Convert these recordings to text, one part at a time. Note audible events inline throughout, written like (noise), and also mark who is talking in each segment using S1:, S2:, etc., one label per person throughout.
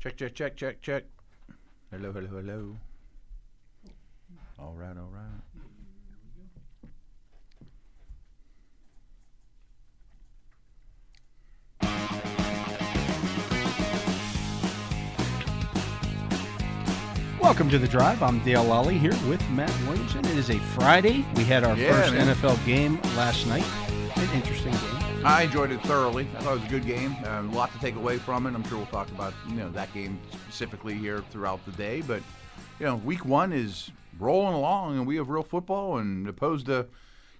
S1: Check, check, check, check, check. Hello, hello, hello. All right, all right.
S2: Welcome to the drive. I'm Dale Lally here with Matt Williamson. It is a Friday. We had our
S1: Yeah,
S2: first
S1: man.
S2: NFL game last night. An interesting game.
S1: I enjoyed it thoroughly. I thought it was a good game. Uh, a lot to take away from it. I'm sure we'll talk about you know that game specifically here throughout the day. But you know, week one is rolling along, and we have real football. And opposed to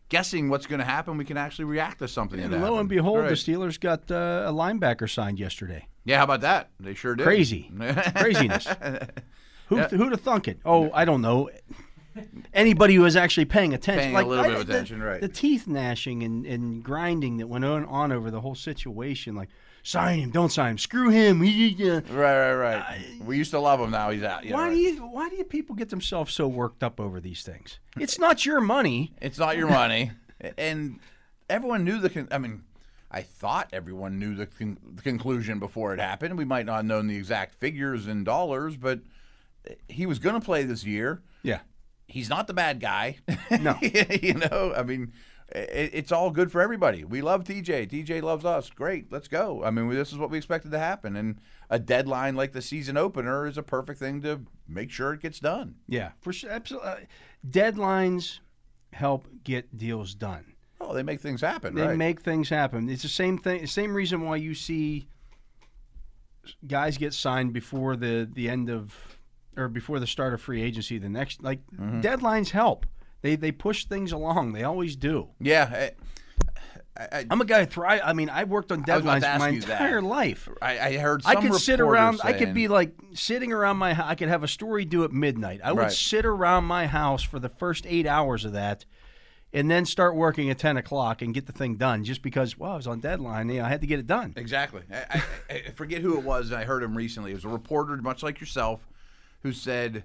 S1: guessing what's going to happen, we can actually react to something. that
S2: And lo and
S1: happened.
S2: behold,
S1: Right.
S2: the Steelers got uh, a linebacker signed yesterday.
S1: yeah, how about that? They sure did. (laughs)
S2: Crazy. Craziness. Who, Who'd have thunk it? Oh, I don't know. Anybody who was actually paying attention.
S1: Paying a little
S2: I-
S1: bit of
S2: the-
S1: attention, right.
S2: The teeth gnashing and, and grinding that went on, on over the whole situation. Like, sign him, don't sign him, screw him. (laughs)
S1: Right, right, right. we used to love him. Now he's out. You
S2: Why
S1: know.
S2: do you why do you people get themselves so worked up over these things? It's not your money.
S1: It's not your money. and everyone knew the. Con- I mean, I thought everyone knew the, con- the conclusion before it happened. We might not have known the exact figures in dollars, but he was going to play this year.
S2: Yeah.
S1: He's not the bad guy.
S2: (laughs) No.
S1: (laughs) you know, I mean, i it's all good for everybody. We love TJ. TJ loves us. Great. Let's go. I mean, this is what we expected to happen. And a deadline like the season opener is a perfect thing to make sure it gets done.
S2: Yeah. For sure. Absolutely. Deadlines help get deals done.
S1: Oh, they make things happen,
S2: They
S1: right?
S2: make things happen. It's the same thing. Same reason why you see guys get signed before the the end of or before the start of free agency. The next like
S1: Mm-hmm.
S2: deadlines help. They they push things along. They always do.
S1: yeah. eh, I, I,
S2: I'm a guy who thrive. I mean, I've worked on
S1: I was about to
S2: deadlines
S1: ask
S2: my
S1: you that.
S2: entire life.
S1: I, I heard. Some
S2: I could sit
S1: reporter
S2: around. I could
S1: saying-
S2: be like sitting around my. hou- I could have a story due at midnight. I would
S1: Right.
S2: sit around my house for the first eight hours of that, and then start working at ten o'clock and get the thing done. Just because, well, I was on deadline. You know, I had to get it done.
S1: exactly. I, I, I forget who it was. I heard him recently. It was a reporter, much like yourself, who said,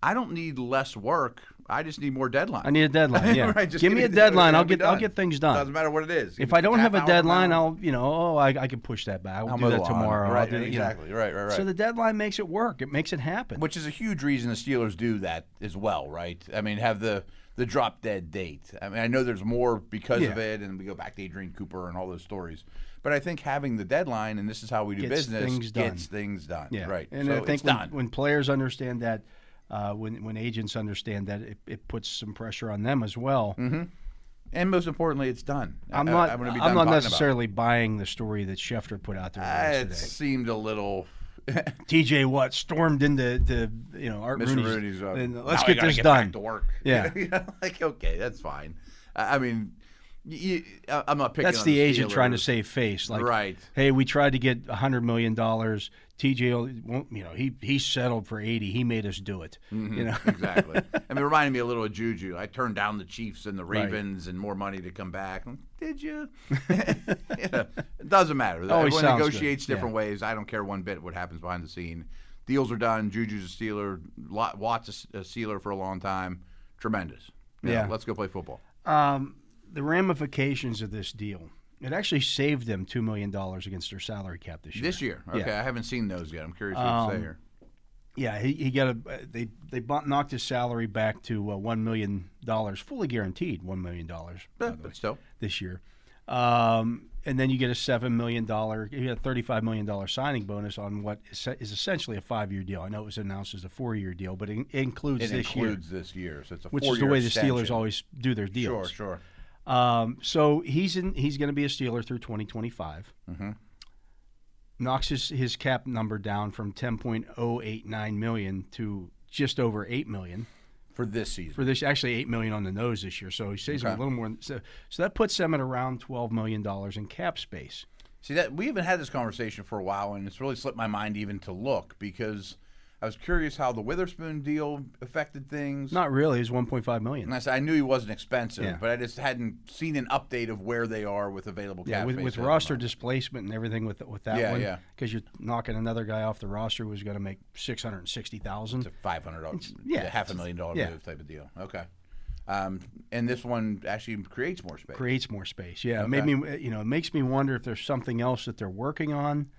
S1: "I don't need less work. I just need more deadlines." (laughs)
S2: I need a deadline. Yeah,
S1: Right, just
S2: give me
S1: get
S2: a
S1: it done,
S2: deadline. I'll
S1: it'll be
S2: get. I'll
S1: done.
S2: get things
S1: Doesn't
S2: done.
S1: matter what it is.
S2: If I don't have a
S1: Half hour from
S2: deadline,
S1: now,
S2: I'll you know. Oh, I, I can push that back. I will
S1: I'll
S2: do that
S1: move on.
S2: tomorrow. I'll
S1: Right.
S2: do it, you know.
S1: exactly. Right. Right. Right.
S2: So the deadline makes it work. It makes it happen.
S1: Which is a huge reason the Steelers do that as well, right? I mean, have the the drop dead date. I mean, I know there's more because of
S2: Yeah.
S1: it, and we go back to Adrian Cooper and all those stories. But I think having the deadline and this is how we do
S2: Gets
S1: business
S2: things done.
S1: gets things done.
S2: Yeah.
S1: Right.
S2: And
S1: so
S2: I think
S1: it's
S2: when,
S1: done.
S2: when players understand that, uh, when when agents understand that, it, it puts some pressure on them as well.
S1: and most importantly, it's done.
S2: I'm
S1: Mm-hmm. I- I'm,
S2: not. I'm,
S1: gonna be done
S2: not
S1: talking about it.
S2: necessarily buying the story that Schefter put out there
S1: Uh,
S2: yesterday.
S1: it seemed a little.
S2: T.J. Watt stormed into the you know Art
S1: Mr.
S2: Rooney's,
S1: Rooney's. uh,
S2: and,
S1: now
S2: Let's
S1: we
S2: get
S1: gotta
S2: this
S1: back
S2: done.
S1: to work. (laughs)
S2: Yeah.
S1: You know, like okay, that's fine. I I mean, you, I'm not picking.
S2: That's
S1: on
S2: the, agent trying to
S1: Steelers.
S2: save face. Like,
S1: Right.
S2: hey, we tried to get hundred million dollars. T.J. only- won't. You know, he he settled for eighty. He made us do it.
S1: Mm-hmm. (laughs)
S2: You know. (laughs)
S1: exactly. I mean, it reminded me a little of Juju. I turned down the Chiefs and the Ravens and more money to come back. I'm, Did you?
S2: (laughs)
S1: (laughs) Yeah. It doesn't matter.
S2: Always
S1: Everyone
S2: sounds good.
S1: negotiates
S2: Yeah.
S1: different ways. I don't care one bit what happens behind the scene. Deals are done. Juju's a Steeler. Lot- Watt's a, a Steeler for a long time. Tremendous. You know,
S2: Yeah.
S1: let's go play football.
S2: um, the ramifications of this deal. It actually saved them two million dollars against their salary cap this year.
S1: This year. Okay, I haven't seen those yet. I'm curious what you say
S2: Um,
S1: here.
S2: yeah, he, he got a uh, they they bumped, knocked his salary back to uh, one million dollars, fully guaranteed one million dollars
S1: But, but still.
S2: this year. Um, and then you get a seven million dollar, you get a thirty-five million dollar signing bonus on what is is essentially a five-year deal. I know it was announced as a four-year deal, but it includes
S1: It
S2: this year,
S1: includes this year. So it's a
S2: which is
S1: four-year
S2: the way the
S1: extension.
S2: Steelers always do their deals.
S1: Sure, sure.
S2: Um, so he's in. He's going to be a Steeler through 2025.
S1: Mm-hmm.
S2: Knocks his, his cap number down from 10.089 million to just over eight million
S1: For this season.
S2: for this. Actually, eight million on the nose this year. So he saves him a little more. than- So, so that puts them at around 12 million dollars in cap space.
S1: See that we haven't had this conversation for a while, and it's really slipped my mind even to look because I was curious how the Witherspoon deal affected things.
S2: Not really. Is 1.5 million.
S1: and I said I knew he wasn't expensive,
S2: Yeah.
S1: but I just hadn't seen an update of where they are with available
S2: Yeah,
S1: cap
S2: with,
S1: space
S2: with
S1: at the
S2: roster
S1: moment.
S2: displacement and everything with with that
S1: Yeah,
S2: one,
S1: yeah.
S2: because you're knocking another guy off the roster who's going to make six hundred sixty thousand.
S1: It's a five hundred dollars,
S2: yeah,
S1: yeah, half a million dollar
S2: yeah.
S1: move type of deal. Okay, um, and this one actually creates more space.
S2: creates more space. Yeah, it made me you know it makes me wonder if there's something else that they're working on.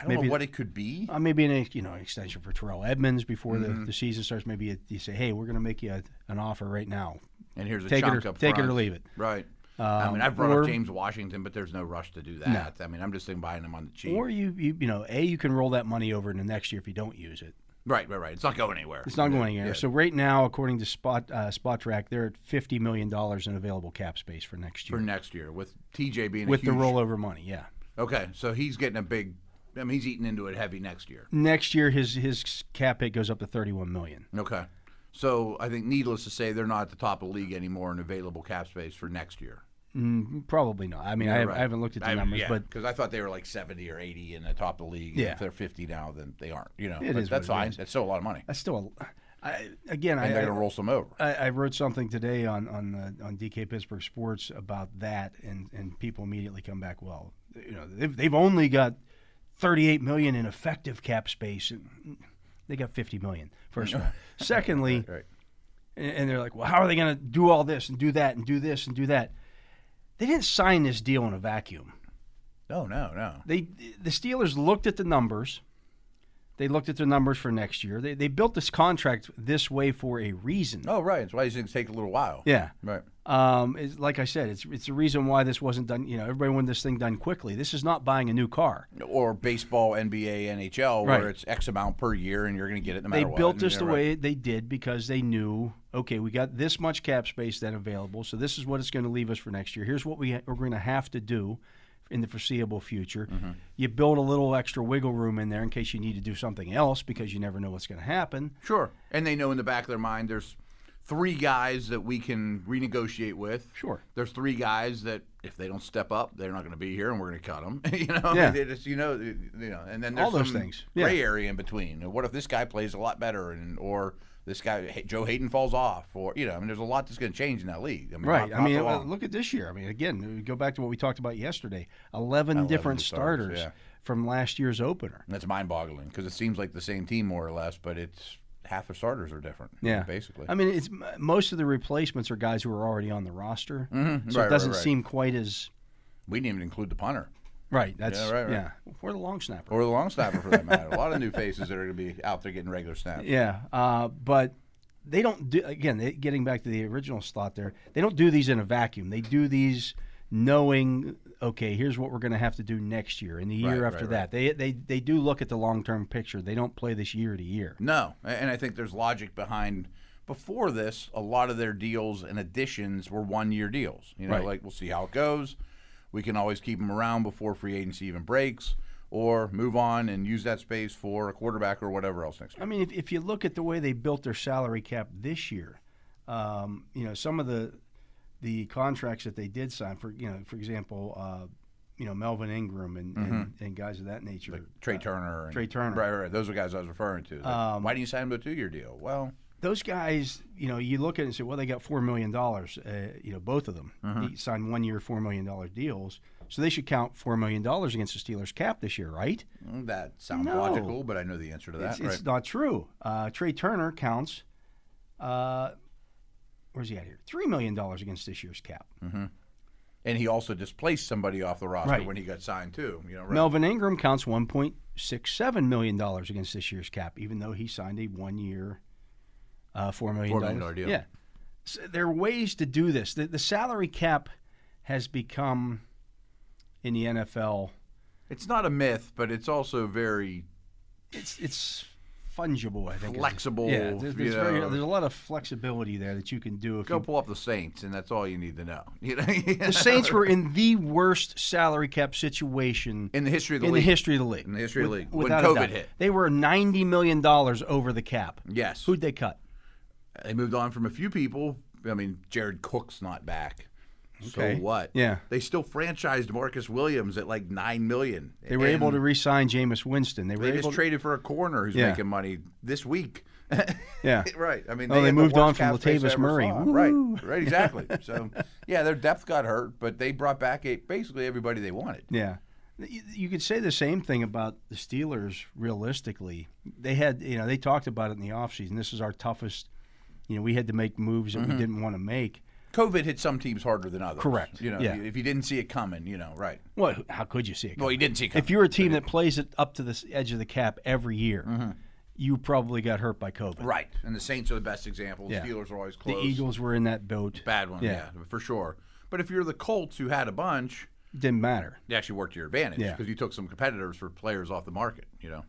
S1: I don't
S2: maybe-
S1: know what it could be.
S2: Uh, maybe an ex- you know an extension for Terrell Edmonds before
S1: Mm-hmm.
S2: the, the season starts. Maybe you- you say, "Hey, we're going to make you a, an offer right now.
S1: And here's a
S2: Take
S1: chunk
S2: it or
S1: up
S2: take it or
S1: front.
S2: leave it."
S1: Right. I mean, I've brought
S2: or-
S1: up James Washington, but there's no rush to do that. I mean, I'm just thinking buying him on the cheap.
S2: Or you, you you know, a you can roll that money over into next year if you don't use it.
S1: right, right, right. It's not going anywhere.
S2: It's not going anywhere.
S1: Yeah.
S2: So right now, according to Spot uh, Spot Track, they're at fifty million dollars in available cap space for next year
S1: for next year with TJ being
S2: with
S1: a huge,
S2: the rollover money. Yeah,
S1: Okay, so he's getting a big. I mean, he's eating into it heavy next year.
S2: next year his his cap hit goes up to thirty one million.
S1: Okay, so I think needless to say, they're not at the top of the league anymore in available cap space for next year.
S2: Mm, probably not. I mean, I,
S1: You're
S2: have,
S1: right.
S2: I haven't looked at the
S1: I
S2: numbers, but
S1: because I thought they were like seventy or eighty in the top of the league. and
S2: Yeah.
S1: if they're fifty now, then they aren't. You know,
S2: It
S1: but
S2: is what
S1: that's
S2: it
S1: fine.
S2: is.
S1: That's still a lot of money,
S2: that's still a. I, again,
S1: and
S2: I,
S1: they're
S2: I
S1: going to roll some over.
S2: I, I wrote something today on on the, on DK Pittsburgh Sports about that, and and people immediately come back. Well, you know, they've, they've only got thirty eight million in effective cap space, and they got fifty million. First of all, secondly,
S1: Right.
S2: and, and they're like, well, how are they going to do all this and do that and do this and do that? They didn't sign this deal in a vacuum.
S1: No, no, no.
S2: They the Steelers looked at the numbers. They looked at the numbers for next year. They, they built this contract this way for a reason.
S1: Oh, right. That's why these things take a little while.
S2: Yeah.
S1: Right.
S2: Um, it's, like I said, it's it's the reason why this wasn't done. You know, everybody wanted this thing done quickly. This is not buying a new car.
S1: Or baseball, NBA, NHL,
S2: Right.
S1: where it's X amount per year, and you're going to get it no matter
S2: They
S1: what.
S2: built
S1: and
S2: this the
S1: you're right.
S2: way they did because they knew, okay, we got this much cap space then available, so this is what it's going to leave us for next year. Here's what we we're going to have to do in the foreseeable future. You build a little extra wiggle room in there in case you need to do something else because you never know what's going to happen.
S1: Sure. And they know in the back of their mind there's three guys that we can renegotiate with.
S2: Sure.
S1: There's three guys that if they don't step up, they're not going to be here, and we're going to cut them. (laughs) you know,
S2: Yeah.
S1: they just, you know, you know, and then there's
S2: All those
S1: some
S2: things. Yeah.
S1: gray area in between. And What if this guy plays a lot better, and or this guy Hey, Joe Hayden falls off, or you know, I mean, there's a lot that's going to change in that league. I mean,
S2: Right.
S1: not-
S2: I
S1: not
S2: mean,
S1: for
S2: uh,
S1: long.
S2: look at this year. I mean, again, we go back to what we talked about yesterday. 11, different starters,
S1: starters, yeah.
S2: from last year's opener.
S1: And that's mind-boggling because it seems like the same team more or less, but it's half the starters are different.
S2: Yeah.
S1: basically.
S2: I mean, it's m- most of the replacements are guys who are already on the roster,
S1: Mhm.
S2: so
S1: Right,
S2: it
S1: right,
S2: doesn't
S1: right.
S2: seem quite as
S1: we didn't even include the punter.
S2: right. That's yeah,
S1: Yeah, right, right.
S2: Or the long snapper.
S1: or the long snapper for that matter. a lot of new faces that are going to be out there getting regular snaps.
S2: Yeah, uh, but they don't do again. They, getting back to the original thought, there, they don't do these in a vacuum. They do these knowing, okay, here's what we're going to have to do next year and the year
S1: Right,
S2: after
S1: right,
S2: that. They they they do look at the long term picture. They don't play this year to year.
S1: No, a- and I think there's logic behind. Before this, a lot of their deals and additions were one-year deals. You know,
S2: Right.
S1: like we'll see how it goes. We can always keep them around before free agency even breaks, or move on and use that space for a quarterback or whatever else next year.
S2: I mean, if, if you look at the way they built their salary cap this year, um, you know, some of the the contracts that they did sign for, you know, for example, uh, you know, Melvin Ingram and, and, and guys of that nature.
S1: Trey Turner, and,
S2: Trey Turner.
S1: right, right. Those are guys I was referring to. Like,
S2: Um,
S1: Why didn't you sign him to a two-year deal? Well,
S2: Those guys, you know, you look at it and say, well, they got $4 million, uh, you know, both of them. They signed one year, $4 million deals. So they should count $4 million against the Steelers cap this year, right?
S1: mm, that sounds
S2: No.
S1: logical, but I know the answer to that.
S2: It's, it's not true. Uh, Trey Turner counts, uh, where's he at here? $3 million against this year's cap.
S1: and he also displaced somebody off the roster
S2: Right.
S1: when he got signed too. You know, right?
S2: Melvin Ingram counts $1.67 million against this year's cap, even though he signed a one year, uh, $4 million.
S1: Four million dollar deal.
S2: Yeah. So there are ways to do this. The, the salary cap has become, in the NFL,
S1: It's not a myth, but it's also very
S2: it's, it's fungible, I think. is-
S1: flexible.
S2: Yeah, there's,
S1: you
S2: there's, very,
S1: know.
S2: there's a lot of flexibility there that you can do if
S1: Go
S2: you.
S1: pull up the Saints, and that's all you need to know. (laughs) You know?
S2: The Saints were in the worst salary cap situation
S1: in the history of the
S2: in the
S1: league.
S2: history of the league.
S1: in the history of the league, when
S2: Without a
S1: COVID
S2: doubt.
S1: hit.
S2: They were $90 million over the cap.
S1: Yes,
S2: Who'd they cut?
S1: they moved on from a few people. I mean, Jared Cook's not back.
S2: Okay.
S1: So what?
S2: Yeah.
S1: they still franchised Marcus Williams at like nine million.
S2: They were able to re-sign Jameis Winston. They were
S1: They
S2: able
S1: just
S2: to,
S1: traded for a corner who's
S2: Yeah.
S1: making money this week.
S2: yeah.
S1: Right. I mean,
S2: Oh,
S1: they,
S2: they
S1: had the
S2: moved
S1: worst
S2: on from
S1: cap space I
S2: Latavius
S1: ever
S2: Murray.
S1: saw. Right.
S2: (laughs)
S1: Right. Exactly. so, yeah, their depth got hurt, but they brought back eight, basically everybody they wanted.
S2: Yeah. You, you could say the same thing about the Steelers realistically. They had, you know, they
S1: Mm-hmm.
S2: talked about it in the offseason. This is our toughest, you know, we had to make moves that we didn't want to make.
S1: COVID hit some teams harder than others.
S2: Correct.
S1: You know,
S2: Yeah.
S1: if you didn't see it coming, you know, right.
S2: What? How could you see it?
S1: Well, you didn't see it coming.
S2: if you're a team that plays it up to the edge of the cap every year,
S1: Mm-hmm.
S2: you probably got hurt by COVID.
S1: right, and the Saints are the best example. The
S2: Yeah.
S1: Steelers are always close.
S2: The Eagles were in that boat.
S1: bad one, yeah.
S2: Yeah.
S1: for sure. But if you're the Colts who had a bunch,
S2: Didn't matter.
S1: it actually worked to your advantage
S2: Yeah.
S1: because you took some competitors for players off the market. You know,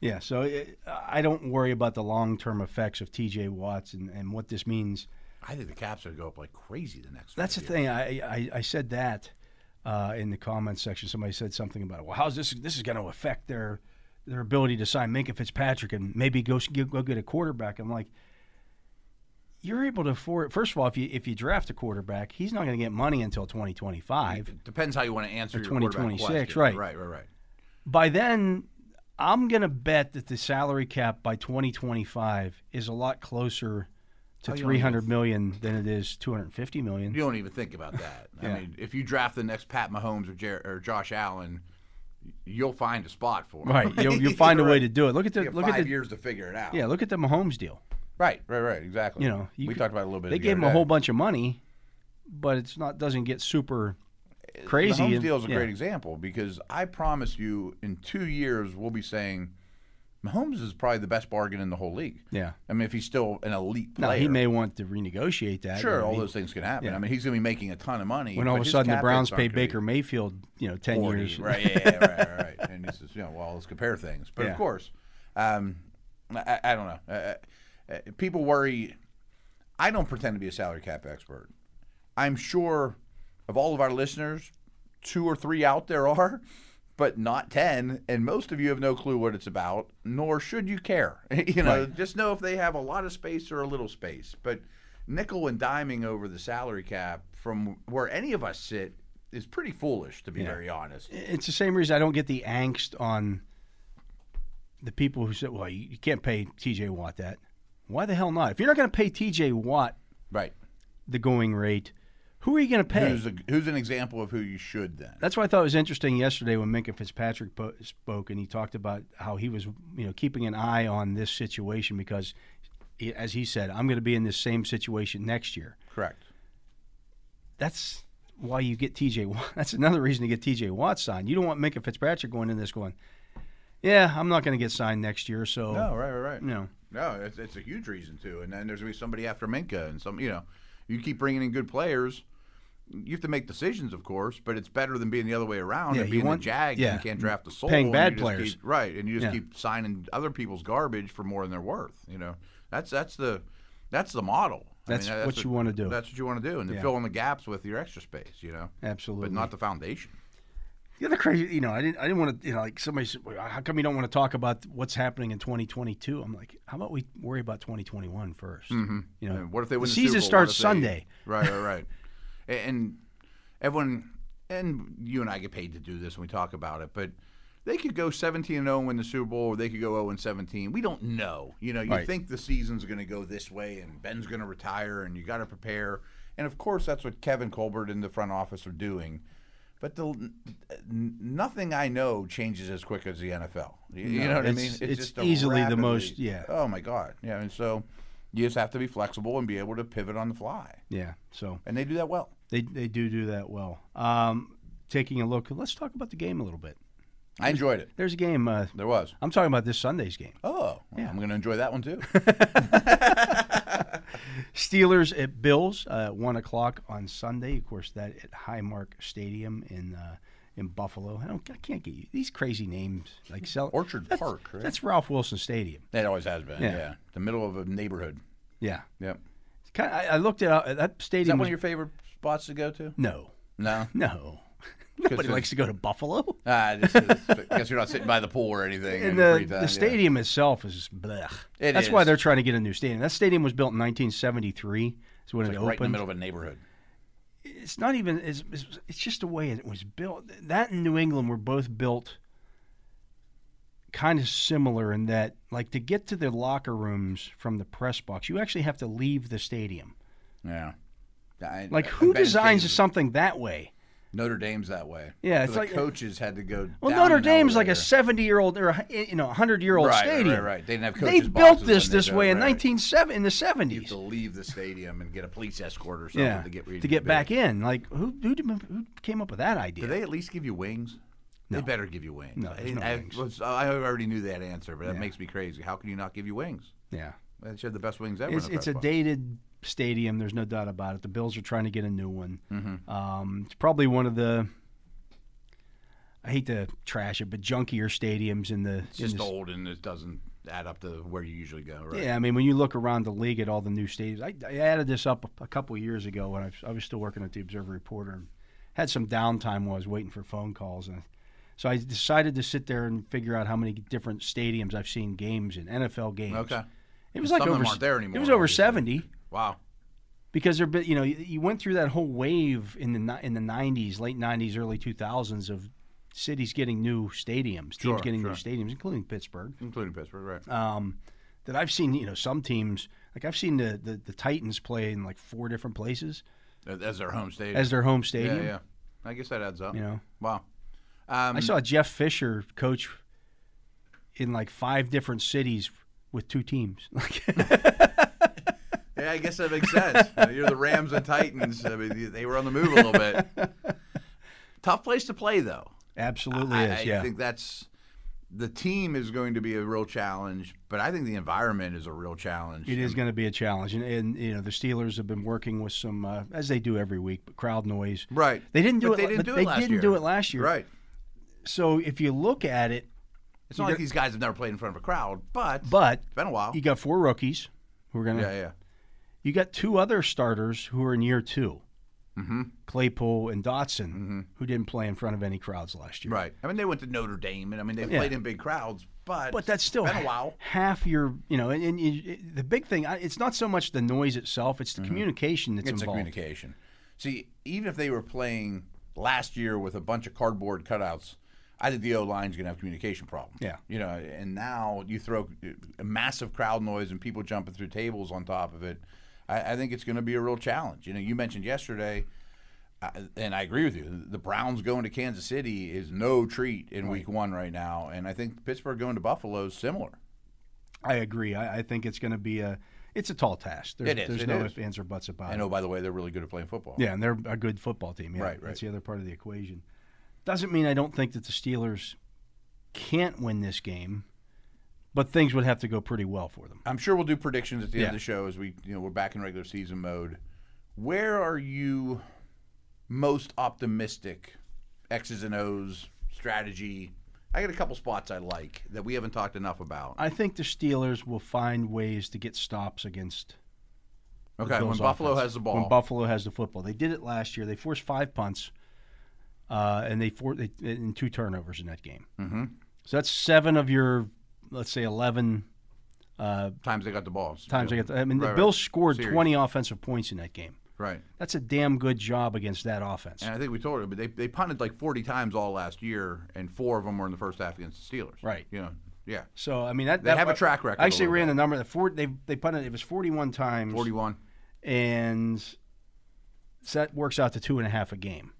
S2: Yeah, so it, I don't worry about the long term effects of TJ Watts and, and what this means.
S1: I think the Caps are going to go up like crazy the next.
S2: That's the
S1: five years.
S2: thing. I, I, I said that uh, in the comments section. Somebody said something about, well, how's this? This is going to affect their their ability to sign Minka Fitzpatrick and maybe go s- go get a quarterback. I'm like, you're able to afford. First of all, if you if you draft a quarterback, he's not going to get money until 2025.
S1: Depends how you want to answer your quarterback
S2: 2026,
S1: question.
S2: right.
S1: Right. Right. Right.
S2: By then, I'm going to bet that the salary cap by 2025 is a lot closer to
S1: Oh, you don't
S2: 300 million than it is 250 million.
S1: You don't even think about that. I
S2: Yeah.
S1: mean, if you draft the next Pat Mahomes or, Jer- or Josh Allen, you'll find a spot for him.
S2: Right, you'll,
S1: (laughs)
S2: you'll find a way
S1: Right.
S2: to do it. Look at the
S1: You have
S2: look
S1: five
S2: at the
S1: years to figure it out.
S2: yeah, look at the Mahomes deal.
S1: Right. Right. Right. Exactly.
S2: You know, you
S1: we
S2: could-
S1: talked about it a little bit.
S2: They
S1: the
S2: gave
S1: other
S2: him a whole
S1: day.
S2: bunch of money, but it's not doesn't get super
S1: The
S2: crazy.
S1: Mahomes
S2: and-
S1: deal is a
S2: yeah.
S1: great example because I promise you, in two years, we'll be saying Mahomes is probably the best bargain in the whole league.
S2: Yeah.
S1: I mean, if he's still an elite
S2: Now
S1: player,
S2: he may want to renegotiate that. you
S1: sure,
S2: know,
S1: all
S2: he-
S1: those things can happen.
S2: yeah.
S1: I mean, he's going to be making a ton of money.
S2: when
S1: but
S2: all of a
S1: his
S2: sudden
S1: cap
S2: the Browns
S1: hit's not
S2: pay
S1: gonna be
S2: Baker Mayfield, you know, 10
S1: 40,
S2: years.
S1: right? Yeah, yeah, right, right, right. And he says, you know, well, let's compare things. But of
S2: Yeah.
S1: course, um, I, I I don't know. Uh, Uh, uh, people worry. I don't pretend to be a salary cap expert. I'm sure of all of our listeners, two or three out there are, but not 10. And most of you have no clue what it's about, nor should you care. (laughs) you know, just know if they have a lot of space or a little space. But nickel and diming over the salary cap from where any of us sit is pretty foolish, to be very honest.
S2: It's the same reason I don't get the angst on the people who said, well, you, you can't pay TJ Watt that. Why the hell not? If you're not going to pay TJ Watt
S1: Right.
S2: the going rate, who are you going to pay?
S1: Who's, a, who's an example of who you should then?
S2: That's why I thought it was interesting yesterday when Minka Fitzpatrick po- spoke and he talked about how he was, you know, keeping an eye on this situation because, he, as he said, I'm going to be in this same situation next year.
S1: Correct.
S2: That's why you get TJ. Watt. (laughs) That's another reason to get TJ Watt signed. You don't want Minka Fitzpatrick going in this going, yeah, I'm not going to get signed next year. So
S1: No, right, right, right.
S2: you know,
S1: No, it's, it's a huge reason to. And then there's going to be somebody after Minka and some, you know, you keep bringing in good players. You have to make decisions, of course, but it's better than being the other way around
S2: Yeah,
S1: and
S2: you
S1: being
S2: want-
S1: the jag
S2: yeah,
S1: and can't draft a soul.
S2: paying
S1: and
S2: bad
S1: you just
S2: players.
S1: keep- right, and you just
S2: Yeah.
S1: keep signing other people's garbage for more than they're worth. You know, that's that's the that's the model.
S2: That's what you wanna do.
S1: That's what you want to do, and to
S2: Yeah.
S1: fill in the gaps with your extra space. You know,
S2: absolutely.
S1: but not the foundation.
S2: The other crazy, you know, I didn't, I didn't want to, you know, like somebody said, "Well, how come you don't want to talk about what's happening in 2022? I'm like, how about we worry about 2021 1st
S1: Mm-hmm.
S2: You know,
S1: And what if they
S2: the
S1: win the Super
S2: season
S1: Bowl? What
S2: starts
S1: if they-
S2: Sunday?
S1: Right, right, right. A- and everyone, and you and I get paid to do this, and we talk about it, but they could go 17 and 0 and win the Super Bowl, or they could go 0 and 17. We don't know. You know, you
S2: Right.
S1: think the season's going to go this way, and Ben's going to retire, and you got to prepare. And of course, that's what Kevin Colbert and the front office are doing. But the, n- nothing I know changes as quick as the NFL. You, you
S2: No,
S1: know what I
S2: it's-
S1: mean?
S2: it's
S1: a
S2: easily the most-
S1: rapidly-
S2: yeah.
S1: Oh my God. Yeah, and so you just have to be flexible and be able to pivot on the fly.
S2: Yeah, so
S1: And they do that well.
S2: they they do do that well. Um, taking a look, let's talk about the game a little bit.
S1: I enjoyed it.
S2: There's a game. Uh,
S1: There was.
S2: I'm talking about this Sunday's game.
S1: Oh, well, I'm going to enjoy that one
S2: (laughs)
S1: too.
S2: Steelers at Bills, uh, at one o'clock on Sunday. Of course, that at Highmark Stadium in uh, in Buffalo. I don't, I can't get you these crazy names like sell.
S1: Orchard
S2: that's-
S1: Park, right?
S2: That's Ralph Wilson Stadium.
S1: It always has been. Yeah.
S2: Yeah.
S1: The middle of a neighborhood.
S2: Yeah.
S1: Yep.
S2: Kind I, I looked it up. That
S1: Is that
S2: stadium
S1: one
S2: was
S1: of your favorite spots to go to?
S2: no,
S1: No.
S2: no. (laughs) Nobody
S1: it's-
S2: likes to go to Buffalo.
S1: Ah, this is, I guess you're not sitting by the pool or anything. in
S2: And
S1: your
S2: the,
S1: free time, yeah.
S2: the stadium itself is just blech.
S1: It
S2: That's why
S1: is.
S2: they're trying to get a new stadium. That stadium was built in 1973. Is when
S1: Like
S2: it
S1: right in the
S2: opened.
S1: middle of a neighborhood.
S2: it's not even. It's, it's, it's just the way it was built. That and New England were both built kind of similar in that, like, to get to the locker rooms from the press box, you actually have to leave the stadium.
S1: Yeah. I-
S2: Like,
S1: I- I
S2: who
S1: bet it
S2: designs
S1: changes.
S2: something that way?
S1: Notre Dame's that way.
S2: Yeah, it's
S1: the
S2: like-
S1: coaches had to go.
S2: Well,
S1: down
S2: Notre
S1: an
S2: Dame's like a
S1: elevator.
S2: seventy-year-old or a, you know, hundred-year-old
S1: right,
S2: stadium.
S1: Right, right. They didn't have
S2: They
S1: coaches.
S2: built
S1: boxes when
S2: this
S1: they
S2: this
S1: did,
S2: way in
S1: right.
S2: nineteen seven in the
S1: You have
S2: seventies.
S1: to leave the stadium and get a police escort or something
S2: Yeah,
S1: to get
S2: to get back in. Like who who, did- who came up with that idea?
S1: Do they at least give you wings? They better give you wings.
S2: No,
S1: I,
S2: there's no
S1: I,
S2: wings.
S1: was- I already knew that answer, but that
S2: Yeah.
S1: makes me crazy. How can you not give you wings?
S2: yeah,
S1: They should have the best wings ever.
S2: it's
S1: in a
S2: it's a
S1: basketball.
S2: dated stadium. There's no doubt about it. The Bills are trying to get a new one.
S1: Mm-hmm.
S2: Um, it's probably one of the. I hate to trash it, but junkier stadiums in the
S1: It's
S2: in
S1: just
S2: the
S1: old and it doesn't add up to where you usually go, right?
S2: Yeah, I mean, when you look around the league at all the new stadiums, I, I added this up a couple of years ago when I, was- I was still working at the Observer Reporter and had some downtime while I was waiting for phone calls. And so I decided to sit there and figure out how many different stadiums I've seen games in, NFL games.
S1: Okay.
S2: It was
S1: Some
S2: like
S1: of them
S2: over,
S1: aren't there
S2: It
S1: anymore,
S2: was over
S1: obviously.
S2: 70
S1: Wow.
S2: because there, you know, you, you went through that whole wave in the ni- in the '90s, late '90s, early 2000s of cities getting new stadiums, teams
S1: Sure,
S2: getting
S1: sure.
S2: new stadiums, including Pittsburgh
S1: Including Pittsburgh, right?
S2: um, that I've seen. You know, some teams like I've seen the, the the Titans play in like four different places
S1: As their home stadium.
S2: as their home
S1: yeah,
S2: stadium.
S1: yeah. I guess that adds up.
S2: You know,
S1: Wow. Um,
S2: I saw Jeff Fisher coach in like five different cities with two teams. (laughs) Like,
S1: (laughs) Yeah, I guess that makes
S2: (laughs)
S1: sense. You're the Rams and Titans. I mean, they were on the move a little bit.
S2: (laughs)
S1: Tough place to play, though.
S2: absolutely
S1: I,
S2: is.
S1: I
S2: yeah,
S1: think that's the team is going to be a real challenge, but I think the environment is a real challenge.
S2: it is going to be a challenge, and, and you know the Steelers have been working with some uh, as they do every week, but crowd noise.
S1: right.
S2: They didn't do
S1: But
S2: it.
S1: they didn't
S2: but
S1: do it
S2: they
S1: last
S2: didn't
S1: year.
S2: do it last year.
S1: Right.
S2: So if you look at it,
S1: It's not like these guys have never played in front of a crowd, but,
S2: but
S1: it's been a while.
S2: you got four rookies who are going to
S1: yeah, yeah.
S2: You got two other starters who are in year 2
S1: Mm-hmm.
S2: Claypool and Dotson, who didn't play in front of any crowds last year.
S1: Right. I mean, they went to Notre Dame, and I mean, they played in big crowds, but
S2: But that's still
S1: been a while.
S2: half your, you know, and, and you- it- the big thing, I- it's not so much the noise itself, it's the communication that's
S1: Mm-hmm. It's a
S2: involved.
S1: communication. See, even if they were playing last year with a bunch of cardboard cutouts, I think the O line's going to have communication problem.
S2: Yeah.
S1: you know, and now you throw a massive crowd noise and people jumping through tables on top of it. I, I think it's going to be a real challenge. You know, you mentioned yesterday. uh, And I agree with you. The Browns going to Kansas City is no treat in Week One right now, and I think Pittsburgh going to Buffalo is similar.
S2: I agree. I, I think it's going to be a, it's a tall task. There's,
S1: It is,
S2: there's
S1: it
S2: no
S1: is.
S2: ifs, ands, or buts about
S1: I
S2: it.
S1: know. By the way, they're really good at playing football.
S2: Yeah, and they're a good football team. Yeah,
S1: Right, right.
S2: That's the other part of the equation. Doesn't mean I don't think that the Steelers can't win this game, but things would have to go pretty well for them.
S1: I'm sure we'll do predictions at the end
S2: Yeah.
S1: of the show as we you know we're back in regular season mode. Where are you most optimistic? X's and O's strategy. I got a couple spots I like that we haven't talked enough about.
S2: I think the Steelers will find ways to get stops against
S1: Okay, when
S2: Bills
S1: Buffalo
S2: offense.
S1: has the ball,
S2: When Buffalo has the football, they did it last year. They forced five punts, uh, and they for they, and two turnovers in that game. Mm-hmm. So that's seven of your, let's say, eleven uh,
S1: times they got the ball.
S2: times. They got I mean,
S1: Right,
S2: the
S1: right.
S2: Bills scored
S1: Series.
S2: twenty offensive points in that game.
S1: right.
S2: That's a damn good job against that offense.
S1: And I think we told you, but they, they punted like 40 times all last year, and four of them were in the first half against the Steelers.
S2: Right.
S1: You know, yeah,
S2: So I mean, that
S1: They
S2: that-
S1: have a track record
S2: I actually
S1: a little
S2: ran the number. The four they they punted. It was forty-one times,
S1: 41.
S2: and so that works out to two and a half a game.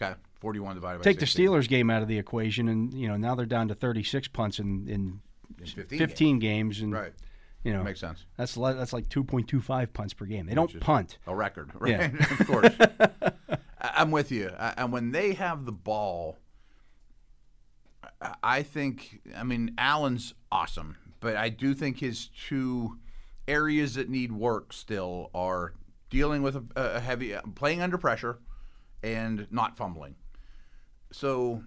S1: Okay, 41 divided by
S2: take the
S1: 16.
S2: Steelers game out of the equation, and you know now they're down to 36 punts in, in
S1: In 15. 15.
S2: 15 games, and
S1: Right.
S2: you know
S1: Makes sense.
S2: that's le- that's like 2.25 punts per game. They don't punt.
S1: a record, right?
S2: Yeah.
S1: of course. I- I'm with you. I, and when they have the ball, I, I think, I mean, Allen's awesome, but I do think his two areas that need work still are dealing with a, a heavy, playing under pressure and not fumbling. So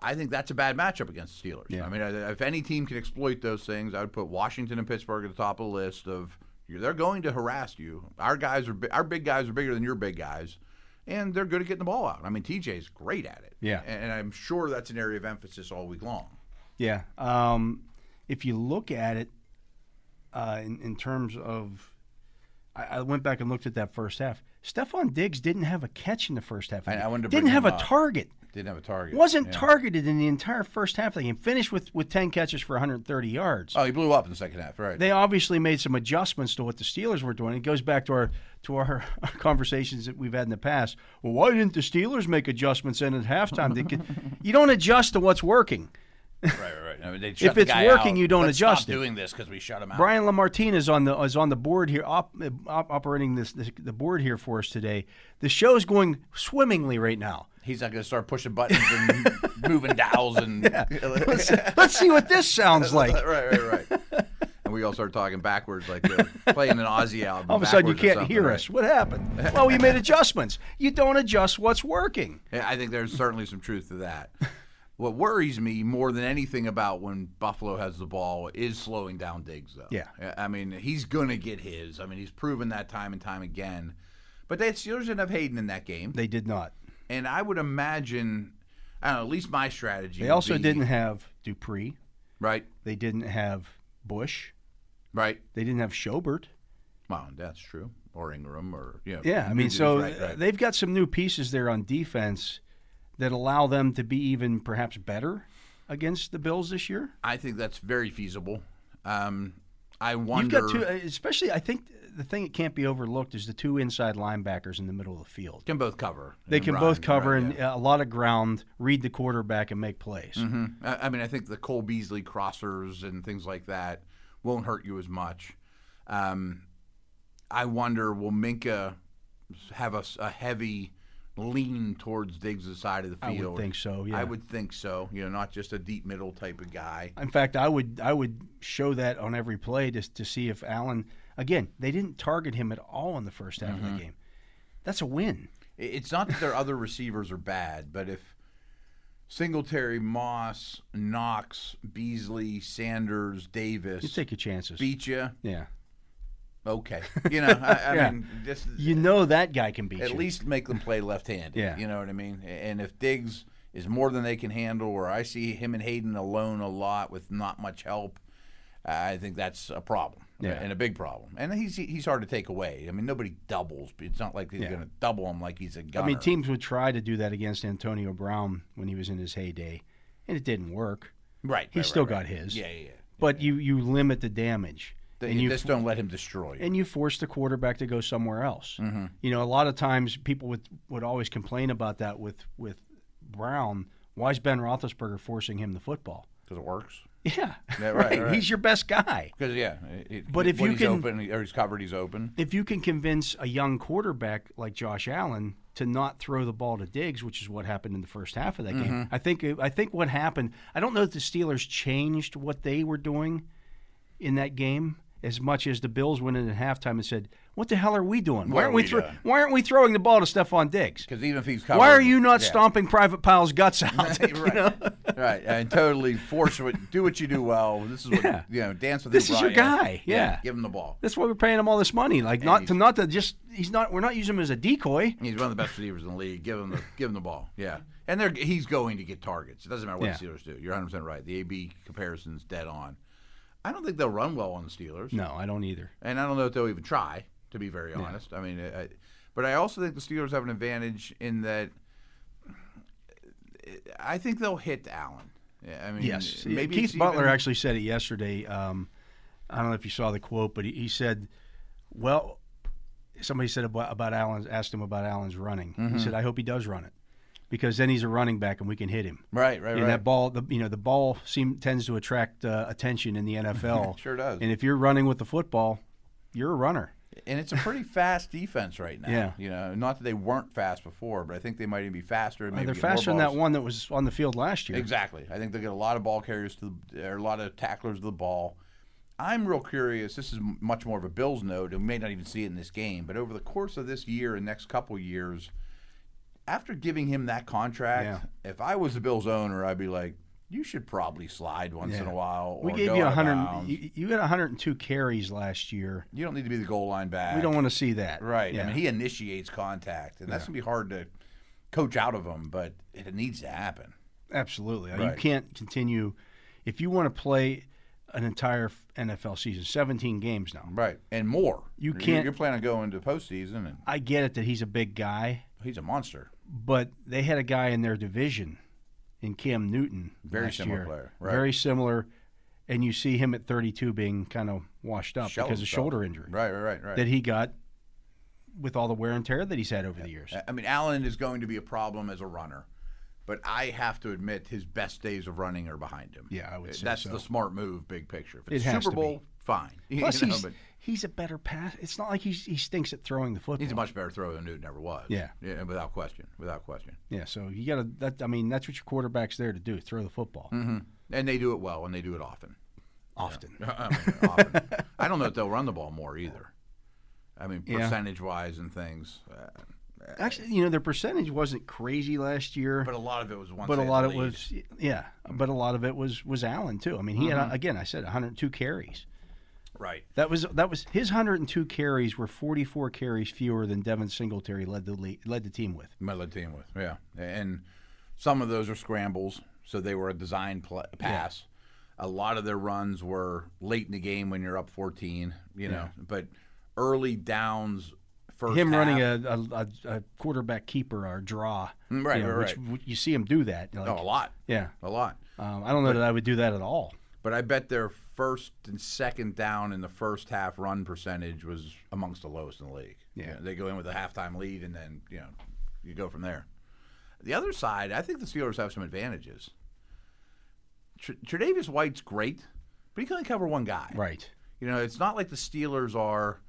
S1: I think that's a bad matchup against the Steelers. I mean, I- if any team can exploit those things, I would put Washington and Pittsburgh at the top of the list of they're going to harass you. Our guys are bi- our big guys are bigger than your big guys, and they're good at getting the ball out. I mean, TJ's great at it.
S2: Yeah.
S1: and, and I'm sure that's an area of emphasis all week long.
S2: Yeah. Um, if you look at it uh, in, in terms of, I, I went back and looked at that first half. Stephon Diggs didn't have a catch in the first half.
S1: I wanted to bring
S2: didn't have
S1: him
S2: a
S1: up.
S2: target.
S1: Didn't have a target.
S2: Wasn't
S1: yeah.
S2: targeted in the entire first half of the game. Finished with, with 10 catches for 130 yards.
S1: Oh, he blew up in the second half,
S2: (laughs)
S1: right?
S2: They obviously made some adjustments to what the Steelers were doing. It goes back to our to our, (laughs) our conversations that we've had in the past. Well, why didn't the Steelers make adjustments in at halftime?
S1: (laughs)
S2: They could, you don't adjust to what's working.
S1: right, right, right. I mean, they shut the
S2: it's
S1: guy
S2: working,
S1: out.
S2: you don't
S1: Let's
S2: adjust
S1: stop
S2: it.
S1: doing this because we shut him out.
S2: Brian Lamartine is on the is on the board here, op, op, operating this, this the board here for us today. The show's going swimmingly
S1: (laughs)
S2: right now.
S1: He's not going to start pushing buttons
S2: (laughs)
S1: and moving dials and. (laughs)
S2: Let's, let's see what this sounds like.
S1: right, right, right. and we all start talking backwards, like uh, playing an Aussie album.
S2: All of a sudden, you
S1: backwards or
S2: can't
S1: something,
S2: hear
S1: right?
S2: us. What happened? Well, we made adjustments. You don't adjust what's working.
S1: Yeah, I think there's certainly some truth to that. What worries me more than anything about when Buffalo has the ball is slowing down Diggs, though.
S2: Yeah.
S1: I mean, he's going to get his. I mean, he's proven that time and time again. But they Steelers didn't have Hayden in that game.
S2: They did not.
S1: And I would imagine, I don't know, at least my strategy.
S2: They
S1: would
S2: also
S1: be-
S2: didn't have Dupree.
S1: Right,
S2: They didn't have Bush.
S1: right.
S2: They didn't have Schobert.
S1: Well, that's true. Or Ingram or, you know,
S2: Yeah, I
S1: new
S2: mean,
S1: dudes,
S2: so
S1: right, right.
S2: they've got some new pieces there on defense that allow them to be even perhaps better against the Bills this year.
S1: I think that's very feasible. Um, I wonder.
S2: You've got two, uh, especially I think the thing that can't be overlooked is the two inside linebackers in the middle of the field.
S1: Can both cover.
S2: They
S1: and
S2: can
S1: run,
S2: both cover
S1: right,
S2: and uh, a lot of ground, read the quarterback, and make plays.
S1: Mhm. I, I mean, I think the Cole Beasley crossers and things like that won't hurt you as much. Um, I wonder, will Minka have a, s- a heavy lean towards Diggs' side of the
S2: I
S1: field?
S2: would think so. Yeah.
S1: I would think so. You know, not just a deep middle type of guy.
S2: In fact, I would I would show that on every play just to see if Allen. Again, they didn't target him at all in the first half
S1: Mm-hmm.
S2: of the game. That's a win.
S1: I- It's not that their other receivers are bad, but if Singletary, Moss, Knox, Beasley, Sanders, Davis
S2: You take your chances.
S1: beat you,
S2: yeah.
S1: okay. You know, I, I
S2: (laughs) Yeah.
S1: mean, this,
S2: You know that guy can beat
S1: at
S2: you.
S1: least make them play left-handed.
S2: Yeah.
S1: you know what I mean. And if Diggs is more than they can handle, or I see him and Hayden alone a lot with not much help, I think that's a problem.
S2: Yeah.
S1: and a big problem. And he's he's hard to take away. I mean, nobody doubles. It's not like he's
S2: Yeah.
S1: going to double him like he's a gunner.
S2: I mean, teams would try to do that against Antonio Brown when he was in his heyday, and it didn't work.
S1: right?
S2: He
S1: right,
S2: still
S1: right,
S2: got
S1: right.
S2: his.
S1: Yeah, yeah. yeah.
S2: But you you limit the damage,
S1: They-
S2: and
S1: you
S2: you
S1: just don't let him destroy you.
S2: and you force the quarterback to go somewhere else. You know, a lot of times people would would always complain about that with with Brown. Why is Ben Roethlisberger forcing him the football?
S1: because it works.
S2: (laughs) Yeah,
S1: Yeah, right,
S2: right.
S1: right.
S2: He's your best guy.
S1: Because yeah, it- it-
S2: But if
S1: when
S2: you
S1: he's
S2: can-
S1: open or he's covered, he's open.
S2: If you can convince a young quarterback like Josh Allen to not throw the ball to Diggs, which is what happened in the first half of that game,
S1: Mm-hmm.
S2: I think I think what happened. I don't know if the Steelers changed what they were doing in that game as much as the Bills went in at halftime and said, "What the hell are we doing?
S1: What
S2: Why
S1: are
S2: aren't we,
S1: we
S2: thro-
S1: doing?"
S2: Why aren't we throwing the ball to Stephon Diggs?
S1: Because even if he's covered,
S2: Why are you not
S1: yeah.
S2: stomping Private
S1: (laughs)
S2: Pyle's guts out? (laughs)
S1: right, right, and totally force what do what you do well. This is what you know. Dance with
S2: This
S1: who
S2: is
S1: brought
S2: your
S1: you.
S2: guy, yeah.
S1: give him the ball.
S2: That's why we're paying him all this money. Like not to not to just he's not we're not using him as a decoy.
S1: He's one of the best receivers in the league. Give him the give him the ball. Yeah, and they're, he's going to get targets. It doesn't matter what the
S2: Yeah.
S1: Steelers do. You're 100 percent right. The AB comparison's dead on. I don't think they'll run well on the Steelers,
S2: No, I don't either.
S1: and I don't know if they'll even try. To be very honest, I mean, I, but I also think the Steelers have an advantage in that. I think they'll hit Allen. Yeah, I mean,
S2: Yes,
S1: maybe
S2: Keith
S1: it's
S2: Butler
S1: even-
S2: actually said it yesterday. Um, I don't know if you saw the quote, but he, he said, "Well, somebody said about, about Allen's asked him about Allen's running.
S1: Mm-hmm.
S2: He said, "I hope he does run it, because then he's a running back and we can hit him."
S1: Right, right,
S2: And
S1: right.
S2: that ball, the, you know, the ball seem, tends to attract uh,
S1: (laughs)
S2: attention in the NFL.
S1: Sure does.
S2: And if you're running with the football, you're a runner.
S1: And it's a pretty fast defense right now.
S2: Yeah.
S1: You know, not that they weren't fast before, but I think they might even be faster. and Maybe
S2: Uh, They're
S1: get more
S2: faster than that
S1: balls.
S2: one that was on the field last year.
S1: Exactly. I think they'll get a lot of ball carriers to the, or a lot of tacklers to the ball. I'm real curious. This is m- much more of a Bills note, and we may not even see it in this game. But over the course of this year and next couple years, after giving him that contract, if I was the Bills owner, I'd be like, "You should probably slide once in a
S2: Yeah.
S1: while."
S2: We
S1: or
S2: gave
S1: go
S2: you
S1: out of
S2: 100.
S1: bounds. You,
S2: You, you had 102 carries last year.
S1: don't need to be the goal line back.
S2: We don't want to see that.
S1: Right.
S2: Yeah.
S1: I mean, he initiates contact, and that's gonna be hard to coach out of him, but it needs to happen.
S2: Absolutely. You
S1: Right.
S2: can't continue if you want to play an entire f- NFL season, 17 games now.
S1: Right. And more.
S2: You
S1: You're-
S2: can't-
S1: You're planning on going to postseason, and
S2: I get it that he's a big guy,
S1: He's a monster.
S2: but they had a guy in their division in Cam Newton.
S1: Very
S2: last
S1: similar
S2: year.
S1: player, right.
S2: Very similar. And you see him at 32 being kind of washed up
S1: Shell
S2: because of
S1: himself.
S2: shoulder injury
S1: Right, right, right, right.
S2: that he got with all the wear and tear that he's had over the years.
S1: I- I mean, Allen is going to be a problem as a runner, but I have to admit his best days of running are behind him.
S2: Yeah, I would say
S1: Uh, that's
S2: so.
S1: the smart move, big picture. If
S2: It
S1: it's
S2: has
S1: Super
S2: to
S1: Bowl, fine. (laughs) You
S2: Plus,
S1: know,
S2: he's,
S1: but
S2: he's a better pass. It's not like he's, he stinks at throwing the football.
S1: he's a much better thrower than Newton ever was.
S2: Yeah.
S1: yeah, without question, without question.
S2: yeah, so you got to, that. I mean, that's what your quarterback's there to do throw the football
S1: Mm-hmm. And they do it well, and they do it often. (laughs)
S2: often.
S1: I,
S2: (laughs)
S1: mean, often. I don't know if they'll run the ball more either. I mean,
S2: Yeah.
S1: percentage wise and things. Uh,
S2: Actually, you know, their percentage wasn't crazy last year.
S1: but a lot of it was one.
S2: but a lot of it was yeah but a lot of it was was allen too i mean he
S1: Mm-hmm.
S2: had again i said 102 carries
S1: right.
S2: that was that was his 102 carries were 44 carries fewer than devin singletary led the lead, led the team with
S1: My lead team with yeah, and some of those are scrambles, so they were a design pl- pass. A lot of their runs were late in the game when you're up 14, you know. But early downs, first
S2: him running
S1: half-
S2: a, a, a quarterback keeper or draw
S1: Mm, right,
S2: you know,
S1: right,
S2: which w- you see him do that like,
S1: oh, a lot,
S2: yeah
S1: a lot.
S2: um, i don't know that i would do that at all
S1: But I bet their first and second down in the first half run percentage was amongst the lowest in the league.
S2: Yeah.
S1: You know, they go in with a halftime lead, and then you know you go from there. The other side, I think the Steelers have some advantages. Tr- Tre'Davious White's great, but he can only cover one guy.
S2: right
S1: You know, it's not like the Steelers are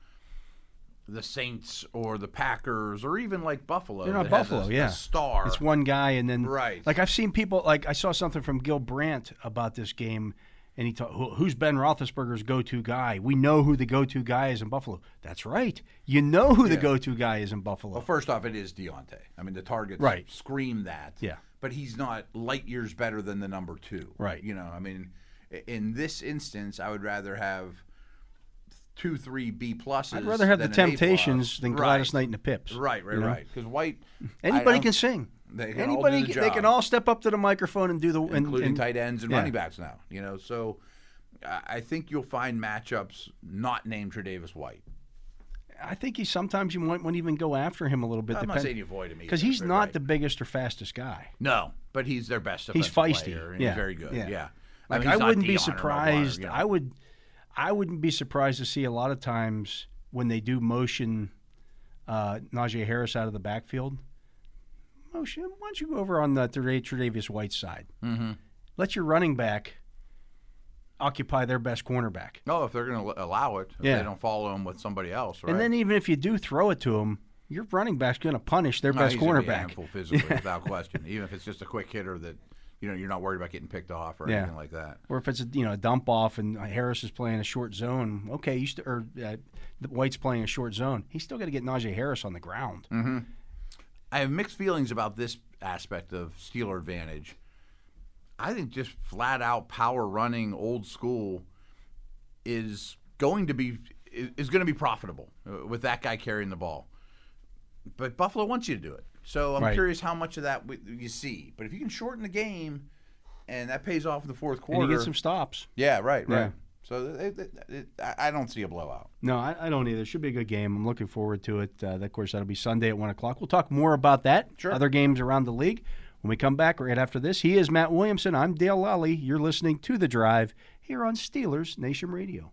S1: the Saints or the Packers or even like Buffalo.
S2: They're not
S1: that has
S2: Buffalo,
S1: a,
S2: yeah.
S1: a star.
S2: it's one guy and then
S1: Right.
S2: like i've seen people like i saw something from gil brandt about this game and he talked who's ben roethlisberger's go-to guy we know who the go-to guy is in buffalo that's right you know who the go-to guy is in buffalo
S1: Well, first off, it is Deontay. I mean, the targets
S2: Right.
S1: scream that.
S2: Yeah.
S1: But he's not light years better than the number two.
S2: Right.
S1: You know, I mean, i- in this instance, I would rather have two, three B pluses.
S2: i'd rather have the
S1: than an A
S2: temptations
S1: plus.
S2: than
S1: right.
S2: gladys knight and the pips
S1: Right, right,
S2: you know?
S1: right. Because White. I
S2: anybody
S1: don't-
S2: can sing
S1: They can all do
S2: anybody
S1: the
S2: can, they
S1: job.
S2: can all step up to the microphone and do the and,
S1: including
S2: and-
S1: tight ends and
S2: yeah.
S1: running backs now. You know, so I I think you'll find matchups not named Tre'Davious White.
S2: i think he sometimes you might want to even go after him a little bit
S1: I'm not
S2: depend-
S1: saying you avoid him either,
S2: because he's
S1: but
S2: not
S1: right.
S2: the biggest or fastest guy
S1: No, but he's their best.
S2: He's
S1: defensive
S2: feisty,
S1: player, and
S2: yeah,
S1: He's very good.
S2: yeah.
S1: Yeah.
S2: Like
S1: mean,
S2: I,
S1: he's not
S2: wouldn't be
S1: Deion or Maguire,
S2: surprised.
S1: you know.
S2: I would, I wouldn't be surprised to see a lot of times when they do motion uh, Najee Harris out of the backfield. Motion. Why don't you go over on the Tre- Tre'Davious White side? Mm-hmm. Let your running back occupy their best cornerback,
S1: No, Oh, if they're going to allow it, if
S2: Yeah.
S1: they don't follow him with somebody else, right?
S2: and then even if you do throw it to him, your running back's going to punish their
S1: No,
S2: best
S1: he's gonna be a
S2: cornerback.
S1: handful
S2: (laughs)
S1: physically, without question. Even if it's just a quick hitter that you know you're not worried about getting picked off or
S2: Yeah.
S1: anything like that.
S2: Or if it's a you know a dump off and Harris is playing a short zone, okay, you st- or uh, White's playing a short zone, he's still going to get Najee Harris on the ground.
S1: I have mixed feelings about this aspect of Steeler advantage. I think just flat out power running old school is going to be is is going to be profitable uh, with that guy carrying the ball. But Buffalo wants you to do it. So I'm
S2: Right.
S1: curious how much of that w- you see. But if you can shorten the game and that pays off in the fourth
S2: And
S1: quarter.
S2: you get some stops.
S1: yeah, right, right.
S2: Yeah.
S1: So they, they, they, I I don't see a blowout.
S2: No, I, I don't either. Should be a good game. I'm looking forward to it. Uh, that, of course, that'll be Sunday at one o'clock. We'll talk more about that.
S1: Sure.
S2: Other games around the league when we come back right after this. He is Matt Williamson. I'm Dale Lally. You're listening to the Drive here on Steelers Nation Radio.